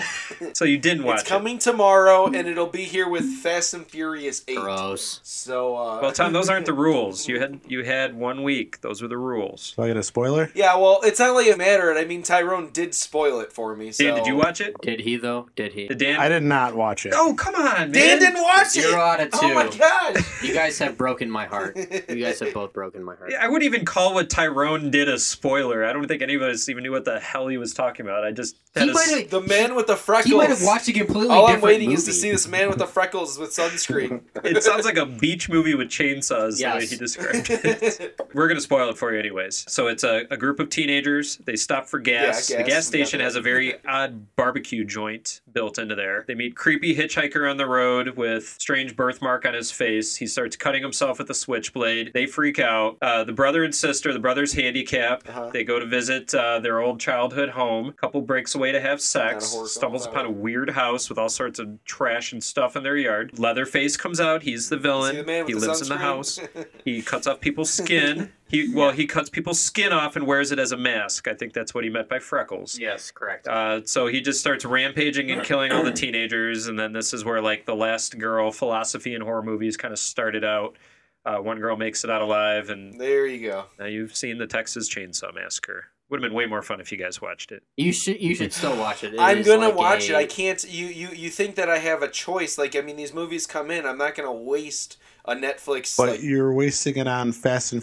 so you didn't watch
It's coming tomorrow, and it'll be here with Fast and Furious Eight.
Gross.
So, uh,
Well, Tom,
<laughs>
those aren't the rules. You had you had one week. Those were the rules.
So I get a spoiler.
yeah, well, it's not like it mattered. I mean, Tyrone did spoil it for me. So.
Dan, did you watch it?
Did he though? Did he?
Did Dan?
I did not watch it.
Oh come on, man!
Dan didn't watch it.
Zero out of two.
Oh my gosh!
You guys have broken
<laughs>
my heart. You guys have both broken my heart.
I wouldn't even call what Tyrone did a spoiler. I don't think any of us even knew what the hell he was talking about. I just that is-
the man
<laughs>
with the freckles.
might have watched a completely
All I'm
different
waiting is to
movie.
see this man with the freckles with
<laughs>
sunscreen. <laughs>
it sounds like a beach movie with chainsaws the way
Yes.
he described it. We're gonna spoil it for you anyways. So it's a, a group of teenagers. They stop for gas.
Yeah,
the
gas,
gas station has
<laughs>
a very odd barbecue joint built into there. They meet creepy hitchhiker on the road with strange birthmark on his face. He starts cutting himself with a switchblade. They freak out. Uh, the brother and sister. The brother's handicapped.
Uh-huh.
They go to visit uh, their old childhood home. Couple breaks away to have sex.
horror film
Stumbles upon a weird house with all sorts of trash and stuff in their yard. Leatherface comes out. He's the villain.
See the man with
he
the <laughs>
lives in the
sunscreen? <laughs>
house. He cuts off people's skin. He well, he cuts people's skin off and wears it as a mask. I think that's what he meant by freckles.
Yes, correct.
Uh, so he just starts rampaging and
<clears throat>
killing all the teenagers, and then this is where like the last girl philosophy in horror movies kind of started out. Uh, one girl makes it out alive, and
there you go.
Now you've seen the Texas Chainsaw Massacre. Would have been way more fun if you guys watched it.
You should you should still watch it. It
I'm
is
gonna
like
watch
a-
it. I can't. You you you think that I have a choice? Like I mean, these movies come in. I'm not gonna waste a Netflix.
But
like,
you're wasting it on Fast and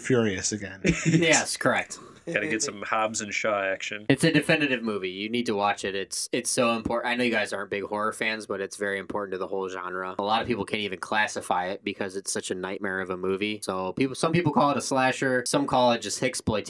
<laughs>
Furious again.
yes, correct.
Got to
<laughs>
get some Hobbs and Shaw action.
It's a definitive movie. You need to watch it. It's it's so important. I know you guys aren't big horror fans, but it's very important to the whole genre. A lot of people can't even classify it because it's such a nightmare of a movie. So people, some people call it a slasher, some call it just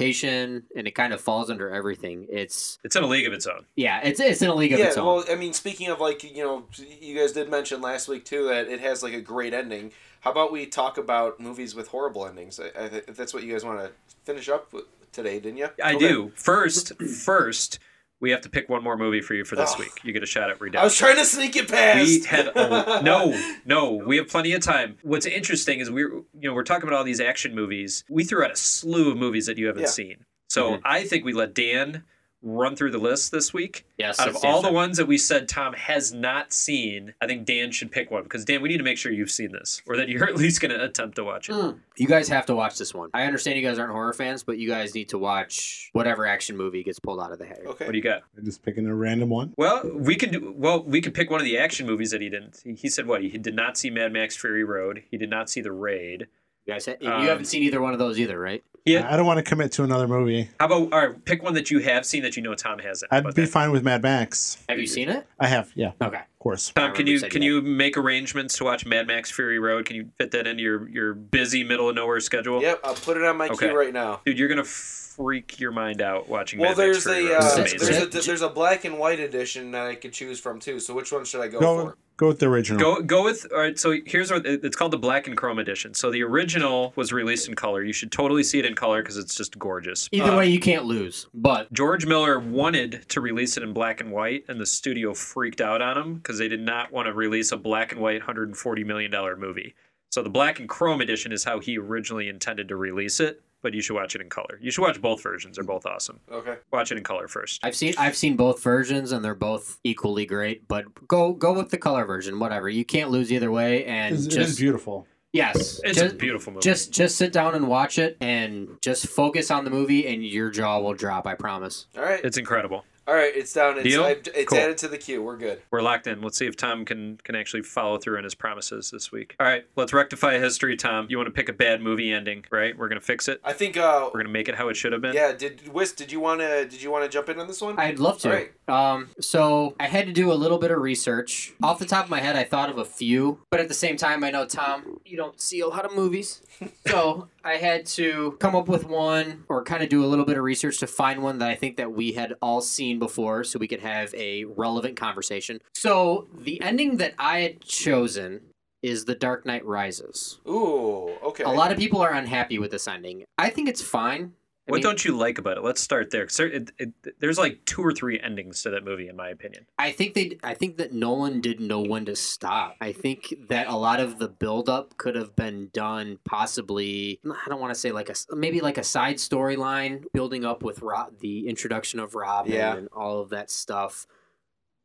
exploitation, and it kind of falls under everything. It's
It's in a league of its own.
yeah, it's it's in a league of
yeah,
its own.
well, I mean, speaking of like you know, you guys did mention last week too that it has like a great ending. How about we talk about movies with horrible endings? I, I, th- that's what you guys want to finish up with today, didn't you?
I
Okay.
do. First, first, we have to pick one more movie for you for this
Ugh.
week. You get a shot at Redemption.
I was trying to sneak it past.
We had
<laughs>
a, no, no. We have plenty of time. What's interesting is we're you know we're talking about all these action movies. We threw out a slew of movies that you haven't
Yeah.
seen. So I think we let Dan run through the list this week.
Yes,
Out of
that's
all the
Dan.
ones that we said Tom has not seen, I think Dan should pick one because Dan, we need to make sure you've seen this or that you're <laughs> at least going to attempt to watch it.
You guys have to watch this one. I understand you guys aren't horror fans, but you guys need to watch whatever action movie gets pulled out of the hat.
Okay.
What do you got?
I'm just picking a random one.
Well, we could do. Well, we could pick one of the action movies that he didn't. He, he said what? He did not see Mad Max Fury Road. He did not see The Raid.
You guys, you
Um,
haven't seen either one of those either, right?
Yeah.
I don't want to commit to another movie.
How about all right? Pick one that you have seen that you know Tom hasn't.
I'd be fine with Mad Max.
Have you seen it?
I have, yeah.
Okay.
Of course.
Tom, can you can you make arrangements to watch Mad Max Fury Road? Can you fit that into your your busy middle of nowhere schedule?
Yep, I'll put it on my
Okay.
queue right now.
Dude, you're gonna freak your mind out watching.
Well,
Mad
there's
Max
a
Fury Road. It's
uh,
amazing.
there's a there's a black and white edition that I could choose from too. So which one should I go,
Go
for?
go with the original.
Go go with all right. So here's what it's called the black and chrome edition. So the original was released in color. You should totally see it in color because it's just gorgeous.
Either
Uh,
way, you can't lose. But
George Miller wanted to release it in black and white, and the studio freaked out on him because they did not want to release a black and white $140 million movie. So the black and chrome edition is how he originally intended to release it, but you should watch it in color. You should watch both versions, they're both awesome.
Okay.
Watch it in color first.
I've seen I've seen both versions, and they're both equally great. But go go with the color version, whatever. You can't lose either way, and
It's- it
just
is beautiful.
Yes,
It's a
just,
beautiful movie.
Just just sit down and watch it, and just focus on the movie, and your jaw will drop. I promise.
All right,
It's incredible.
all right, it's down. It's
Deal?
I, it's
Cool.
added to the queue. We're good.
We're locked in. Let's see if Tom can, can actually follow through on his promises this week. All right, let's rectify history, Tom. You want to pick a bad movie ending, right? We're going to fix it.
I think. Uh,
We're going to make it how it should have been.
yeah. Did Wist? Did you wanna? Did you wanna jump in on this one?
I'd love to.
All right.
Um, so I had to do a little bit of research. Off the top of my head, I thought of a few, but at the same time, I know Tom, you don't see a lot of
<laughs>
movies, so I had to come up with one or kind of do a little bit of research to find one that I think that we had all seen before, so we could have a relevant conversation. So the ending that I had chosen is The Dark Knight Rises.
Ooh. Okay.
A lot of people are unhappy with this ending. I think it's fine. I
What
mean-
don't you like about it? Let's start there. 'cause there- it- it- there's like two or three endings to that movie, in my opinion.
I think they. I think that Nolan didn't know when to stop. I think that a lot of the buildup could have been done possibly. I don't want to say like a s- maybe like a side storyline building up with Rob, the introduction of Robin
Yeah.
and all of that stuff.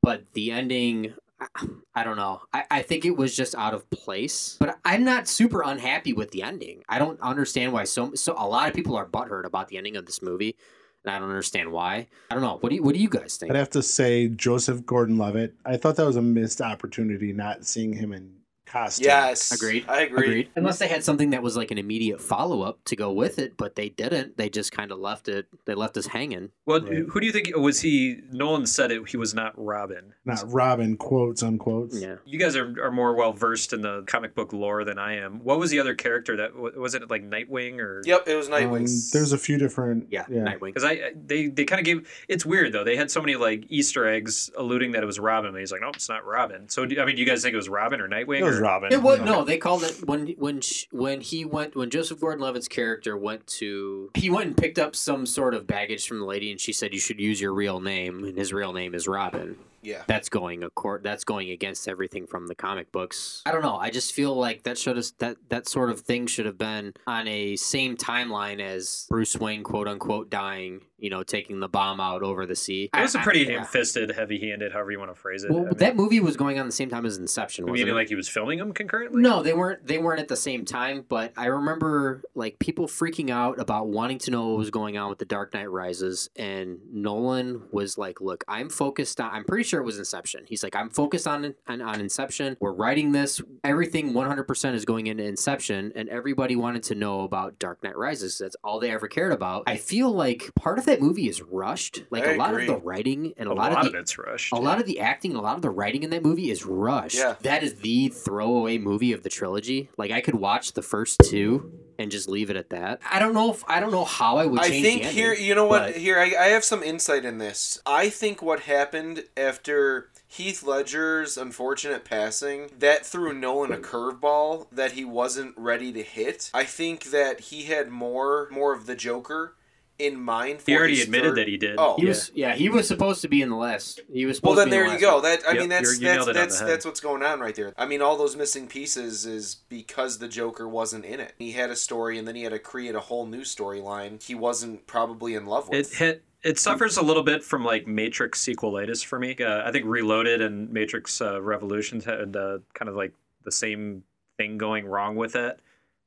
But the ending, I, I don't know. I, I think it was just out of place. But I'm not super unhappy with the ending. I don't understand why so so a lot of people are butthurt about the ending of this movie, and I don't understand why. I don't know. What do you, what do you guys think?
I'd have to say Joseph Gordon-Levitt. I thought that was a missed opportunity not seeing him in costume.
Yes.
Agreed.
I agree.
Unless they had something that was like an immediate follow up to go with it, but they didn't. They just kind of left it. They left us hanging.
Well, who do you think was he? Nolan said it. He was not Robin.
Not Robin quotes unquotes.
Yeah.
You guys are, are more well versed in the comic book lore than I am. What was the other character that wa- was it like Nightwing or?
Yep. It was
Um,
Nightwing.
there's a few different. Yeah.
Because I I- they they kind of gave it's weird though they had so many like Easter eggs alluding that it was Robin and he's like no it's not Robin so do, I mean do you guys think it was Robin or Nightwing
It was
or-
Robin.
It was no. They called it when when sh when he went when Joseph Gordon-Levitt's character went to he went and picked up some sort of baggage from the lady, and she said you should use your real name, and his real name is Robin.
Yeah.
That's going a court. That's going against everything from the comic books.
I don't know. I just feel like that should have that that sort of thing should have been on a same timeline as Bruce Wayne, quote unquote, dying. You know, taking the bomb out over the sea.
It was
I-
a
I-
pretty
yeah.
ham-fisted, heavy-handed, however you want to phrase it.
Well,
I mean,
that movie was going on the same time as Inception.
you
Wasn't
mean
it?
like he was filming them concurrently?
No, they weren't. They weren't at the same time. But I remember like people freaking out about wanting to know what was going on with the Dark Knight Rises, and Nolan was like, "Look, I'm focused on. I'm pretty sure it was Inception. He's like, I'm focused on on, on Inception. We're writing this. Everything 100% is going into Inception, and everybody wanted to know about Dark Knight Rises. That's all they ever cared about. I feel like part of that movie is rushed. Like
I
a lot
agree.
of the writing and a,
A
lot,
lot
of, the,
of it's rushed.
a lot of the acting, a lot of the writing in that movie is rushed.
Yeah.
That is the throwaway movie of the trilogy. Like I could watch the first two and just leave it at that. I don't know if I don't know how I would
I
change the
think
ending,
here, you know what?
but
Here, I, I have some insight in this. I think what happened after Heath Ledger's unfortunate passing that threw Nolan a curveball that he wasn't ready to hit. I think that he had more more of the Joker in mind. For
He already
his
admitted
third-
that he did.
Oh,
he was yeah, he was supposed to be in the last. He was
Well,
supposed
then
to be
there
in the
you
last
go.
one.
That I
Yep,
mean, that's
you're- you
that's
nailed it on
that's,
the head.
that's what's going on right there. I mean, all those missing pieces is because the Joker wasn't in it. He had a story, and then he had to create a whole new storyline. He wasn't probably in love
It
with.
hit. It suffers a little bit from like Matrix sequelitis for me. Uh, I think Reloaded and Matrix uh, Revolutions had uh, kind of like the same thing going wrong with it.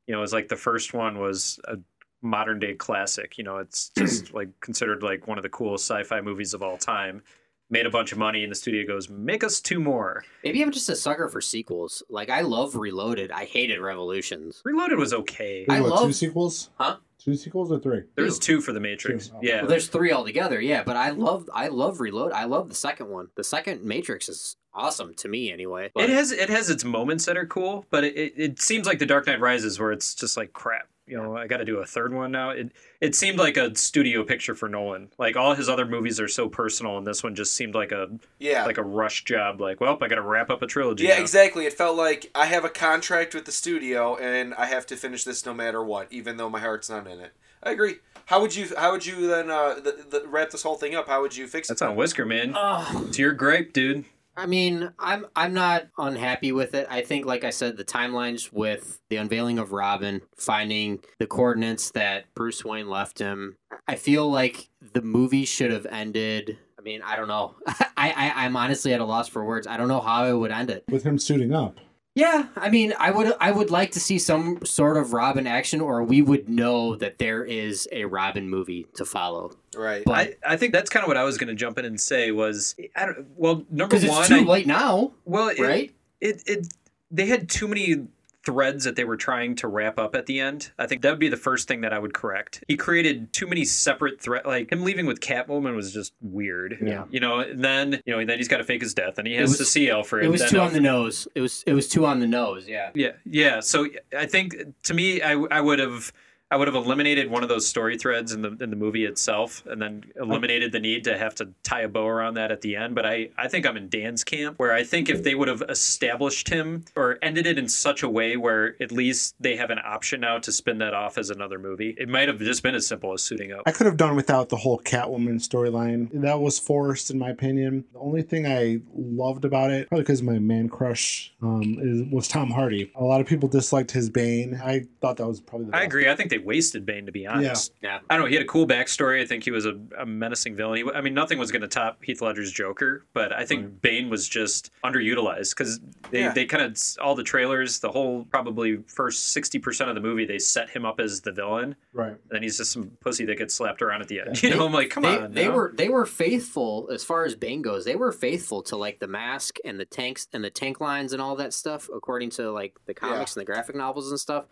You know, it's like the first one was a modern day classic. You know,
<clears throat>
it's just like considered like one of the coolest sci-fi movies of all time. Made a bunch of money, and the studio goes, "Make us two more."
Maybe I'm just a sucker for sequels. Like I love Reloaded. I hated Revolutions.
Reloaded was okay.
I
Wait, what, two
love
sequels?
Huh?
Two sequels or three?
There was two for the Matrix.
Two. Oh.
Yeah,
Well, there's three altogether, yeah. But I love, I love Reload. I love the second one. The second Matrix is awesome to me, anyway. But
it has it has its moments that are cool, but it, it, it seems like the Dark Knight Rises where it's just like crap. You know, I got to do a third one now. It it seemed like a studio picture for Nolan. Like all his other movies are so personal, and this one just seemed like a
Yeah.
like a rush job. Like, well, I got to wrap up a trilogy.
Yeah,
now.
exactly. It felt like I have a contract with the studio, and I have to finish this no matter what, even though my heart's not in it. I agree. How would you? How would you then uh, the, the, wrap this whole thing up? How would you fix
That's
it?
on Whisker Man.
Ugh.
It's your gripe, dude.
I mean, I'm I'm not unhappy with it. I think, like I said, the timelines with the unveiling of Robin, finding the coordinates that Bruce Wayne left him. I feel like the movie should have ended. I mean, I don't know. <laughs> I, I I'm honestly at a loss for words. I don't know how I would end it.
With him suiting up.
Yeah, I mean, I would I would like to see some sort of Robin action, or we would know that there is a Robin movie to follow.
Right.
But
I, I think that's kind of what I was going to jump in and say was I don't well number
because
one
it's too
I-
late now,
Well, it,
right?
It, it they had too many threads that they were trying to wrap up at the end. I think that would be the first thing that I would correct. He created too many separate thread. Like him leaving with Catwoman was just weird.
Yeah.
You know, and then you know, then he's got to fake his death, and he has
was-
to see Alfred.
It was
then
too on
Alfred-
the nose. It was it was too on the nose. Yeah.
yeah, yeah. So I think to me, I, I would have I would have eliminated one of those story threads in the in the movie itself, and then eliminated the need to have to tie a bow around that at the end. But I I think I'm in Dan's camp where I think if they would have established him or ended it in such a way where at least they have an option now to spin that off as another movie, it might have just been as simple as suiting up.
I could have done without the whole Catwoman storyline. That was forced, in my opinion. The only thing I loved about it, probably because my man crush um, is, was Tom Hardy. A lot of people disliked his Bane. I thought that was probably the
I
best.
agree. I think they wasted Bane to be honest.
Yeah.
I don't know. He had a cool backstory. I think he was a, a menacing villain. He, I mean, nothing was going to top Heath Ledger's Joker, but I think Bane was just underutilized because they,
Yeah.
they kind of all the trailers, the whole probably first sixty percent of the movie, they set him up as the villain,
Right.
and then he's just some pussy that gets slapped around at the end. <laughs> You know, I'm like, come
they,
on.
They
no.
were they were faithful as far as Bane goes. They were faithful to like the mask and the tanks and the tank lines and all that stuff, according to like the comics and the graphic novels and stuff.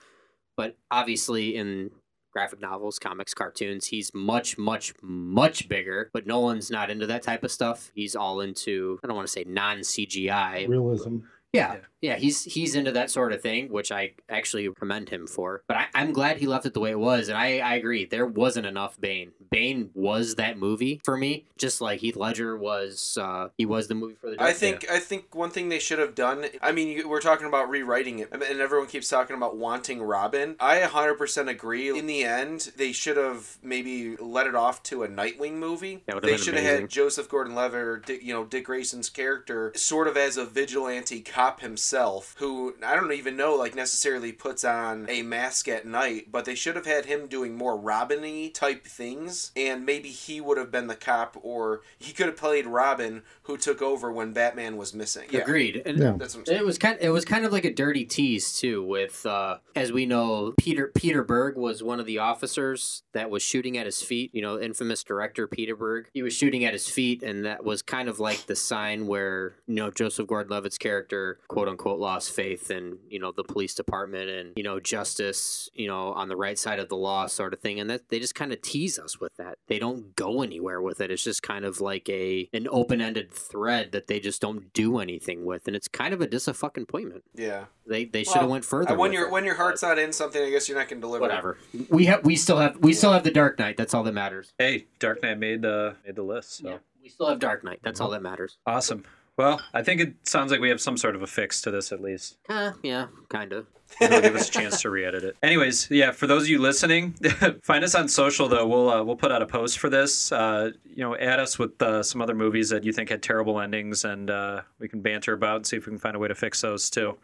But obviously, in graphic novels, comics, cartoons, he's much, much, much bigger. But Nolan's not into that type of stuff. He's all into I don't want to say non CGI.
Realism.
Yeah. Yeah, he's he's into that sort of thing, which I actually commend him for. But I, I'm glad he left it the way it was, and I, I agree. There wasn't enough Bane. Bane was that movie for me, just like Heath Ledger was uh, he was the movie for the
I think I think one thing they should have done. I mean, you, we're talking about rewriting it, I mean, and everyone keeps talking about wanting Robin. I 100% agree. In the end, they should have maybe let it off to a Nightwing movie.
That would've
they
been
should have
amazing.
had Joseph Gordon-Levitt, or Dick, you know, Dick Grayson's character, sort of as a vigilante cop himself, who I don't even know like necessarily puts on a mask at night, but they should have had him doing more Robin-y type things, and maybe he would have been the cop, or he could have played Robin, who took over when Batman was missing.
Agreed. And
Yeah. That's what I'm saying.
it was kind it was kind of like a dirty tease too with uh, as we know Peter Peter Berg was one of the officers that was shooting at his feet, you know, infamous director Peter Berg. He was shooting at his feet and that was kind of like the sign where, you know, Joseph Gordon-Levitt's character quote unquote lost faith in, you know, the police department and, you know, justice, you know, on the right side of the law sort of thing and that they just kind of tease us with that. They don't go anywhere with it. It's just kind of like a an open-ended thread that they just don't do anything with and it's kind of a disappointment.
Yeah.
They they
Well,
should have went further.
I- when
with
your
it.
when your heart's not in something, I guess you're not going to deliver.
whatever. We have we still have we still have the Dark Knight. That's all that matters.
Hey, Dark Knight made the made the list. So.
We still have Dark Knight. That's all that matters.
Awesome. Well, I think it sounds like we have some sort of a fix to this at least.
Uh, yeah, kind of.
It'll give us a chance to re-edit it. Anyways, yeah, for those of you listening, <laughs> find us on social though. We'll uh, we'll put out a post for this. Uh, you know, add us with uh, some other movies that you think had terrible endings, and uh, we can banter about and see if we can find a way to fix those too.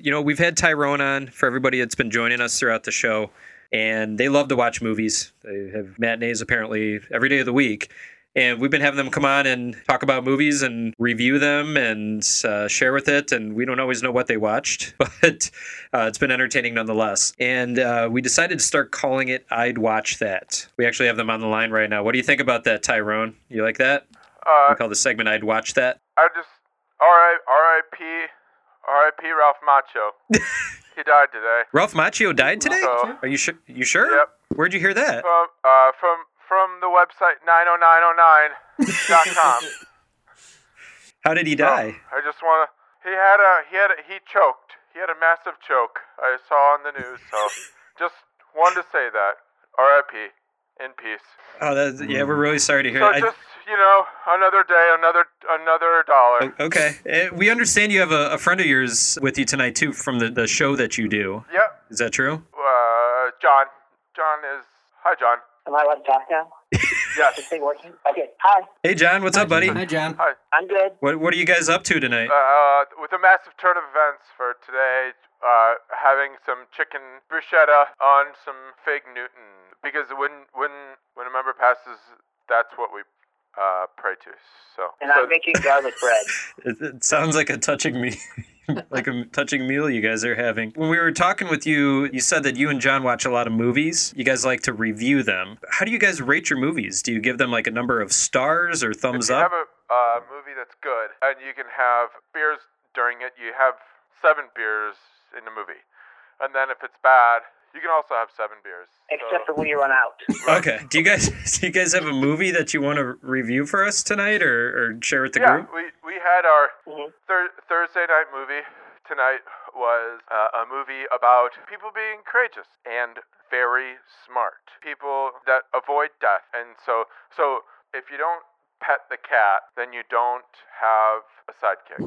You know, we've had Tyrone on for everybody that's been joining us throughout the show, and they love to watch movies. They have matinees apparently every day of the week. And we've been having them come on and talk about movies and review them and uh, share with it. And we don't always know what they watched, <laughs> but uh, it's been entertaining nonetheless. And uh, we decided to start calling it I'd Watch That. We actually have them on the line right now. What do you think about that, Tyrone? You like that?
Uh,
we call the segment I'd Watch That.
I just R.I. R.I.P. R.I.P. Ralph Macho. he died today.
Ralph Macchio died today?
Macho.
Are you sure? You sure? Yep. Where'd you hear that?
From uh from from the website 90909.com.
How did he die?
Oh, I just wanna. He had a he had a, he choked. He had a massive choke. I saw on the news. So just wanted to say that. R.I.P. In peace.
Oh, that's, yeah, we're really sorry to hear
So
that. I-
just you know another day, another another dollar.
O- Okay. Uh, We understand you have a, a friend of yours with you tonight, too, from the, the show that you do.
Yep.
Is that true?
Uh, John. John is. Hi, John.
Am I allowed to talk now?
Yes.
Is this thing working? Okay. Hi.
Hey, John, what's up, buddy?
John.
Hi.
I'm good.
What, what are you guys up to tonight?
Uh, with a massive turn of events for today, uh, having some chicken bruschetta on some fig Newton because when when when a member passes, that's what we uh, pray to. So.
And I'm making garlic bread.
It, it sounds like a touching me. <laughs> like a touching meal you guys are having. When we were talking with you, you said that you and John watch a lot of movies. You guys like to review them. How do you guys rate your movies? Do you give them like a number of stars or thumbs
if you
up?
have a uh, movie that's good and you can have beers during it, you have seven beers in the movie, and then if it's bad, you can also have seven beers.
Except for when you run out.
Okay. Do you guys <laughs> do you guys have a movie that you want to review for us tonight or, or share with the
yeah,
group?
we we had our thir- Thursday night movie tonight was uh, a movie about people being courageous and very smart people that avoid death, and so so if you don't pet the cat, then you don't have a sidekick.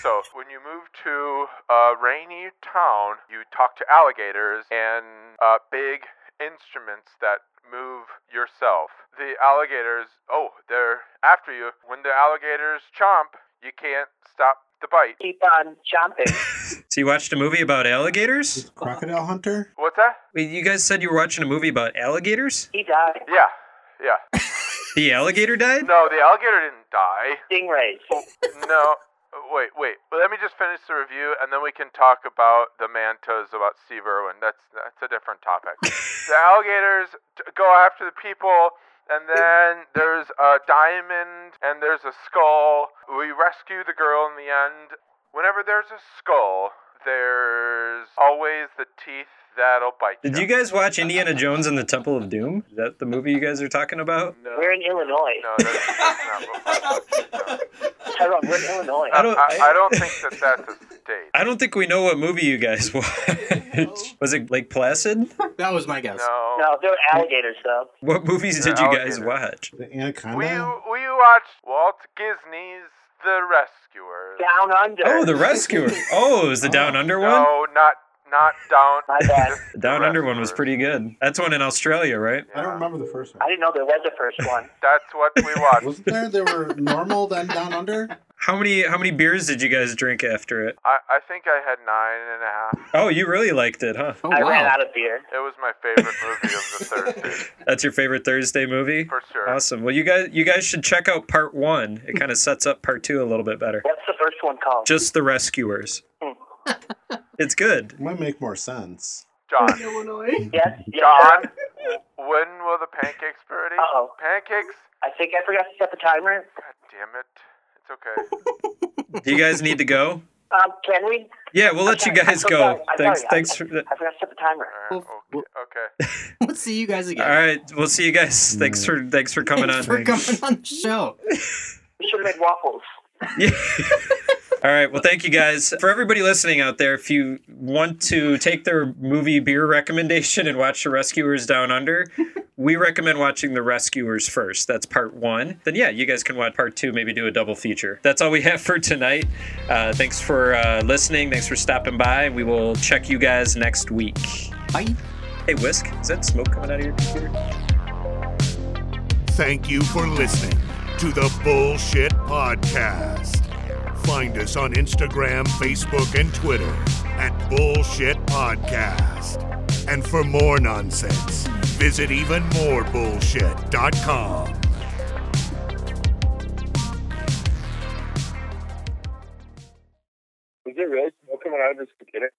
so when you move to a rainy town, you talk to alligators and uh, big instruments that move yourself. The alligators, oh, they're after you. When the alligators chomp, you can't stop the bite.
Keep on chomping.
So you watched a movie about alligators?
Crocodile Hunter?
What's that?
Wait, you guys said you were watching a movie about alligators?
He died.
Yeah, yeah.
<laughs> The alligator died?
No, the alligator didn't die. Oh,
Stingrays.
no. Wait, wait. Well, let me just finish the review, and then we can talk about the mantas about Steve Irwin. That's that's a different
<laughs>
topic. the alligators t- go after the people, and then there's a diamond, and there's a skull. We rescue the girl in the end. Whenever there's a skull, there's always the teeth that'll bite.
Did you guys watch Indiana Jones and the Temple of Doom? Is that the movie you guys are talking about?
We're in Illinois.
No, that's, that's not what
Tyrone, we're in Illinois.
<laughs>
I don't, I, I don't think that that's a state.
I don't think we know what movie you guys <laughs> watched. Was it Lake Placid?
That was my guess.
No, no Oh, they're alligators though.
What movies did you guys watch?
The Anaconda.
We we watched Walt Disney's The Rescuer.
Down Under.
Oh, The Rescuer. Oh, it was the Down Under one?
No, not not down.
My
<laughs>
bad.
The Down Under one was pretty good. That's one in Australia, right?
I don't remember the first one.
I didn't know there was a first one.
That's what we watched.
Wasn't there? There were normal, then down under.
How many how many beers did you guys drink after it?
I, I think I had nine and a half.
Oh, you really liked it, huh?
Oh,
I ran out of beer.
It was my favorite movie of the Thursday.
That's your favorite Thursday movie? For
sure.
Awesome. Well, you guys you guys should check out part 1. It kind of sets up part 2 a little bit better.
What's the first one called? Hmm.
Just The Rescuers. it's good.
Might make more sense.
John.
Illinois. Yes.
John, when will the pancakes ready?
Uh-oh.
Pancakes?
I think I forgot to set the timer.
Damn it. It's okay.
Do you guys need to go?
Um, can we?
Yeah, we'll let you
I'm
guys
so
go.
sorry. I'm
Thanks
sorry.
thanks for the
I forgot to set the timer.
okay.
<laughs> Let's see you guys
All
again.
right, we'll see you guys. Thanks for thanks for coming on.
Mm. Thanks for coming on the show.
We should have made waffles.
All right. Well, thank you guys. For everybody listening out there, if you want to take their movie beer recommendation <laughs> and watch The Rescuers
<laughs>
Down Under, we recommend watching The Rescuers first. That's part one. Then, yeah, you guys can watch part two, maybe do a double feature. That's all we have for tonight. Uh, thanks for uh, listening. Thanks for stopping by. We will check you guys next week.
Bye.
Hey, Whisk, is that smoke coming out of your computer?
Thank you for listening to the Bullshit Podcast. Find us on Instagram, Facebook, and Twitter at Bullshit Podcast. And for more nonsense, visit evenmorebullshit.com.
Is it really smoke coming out of this computer?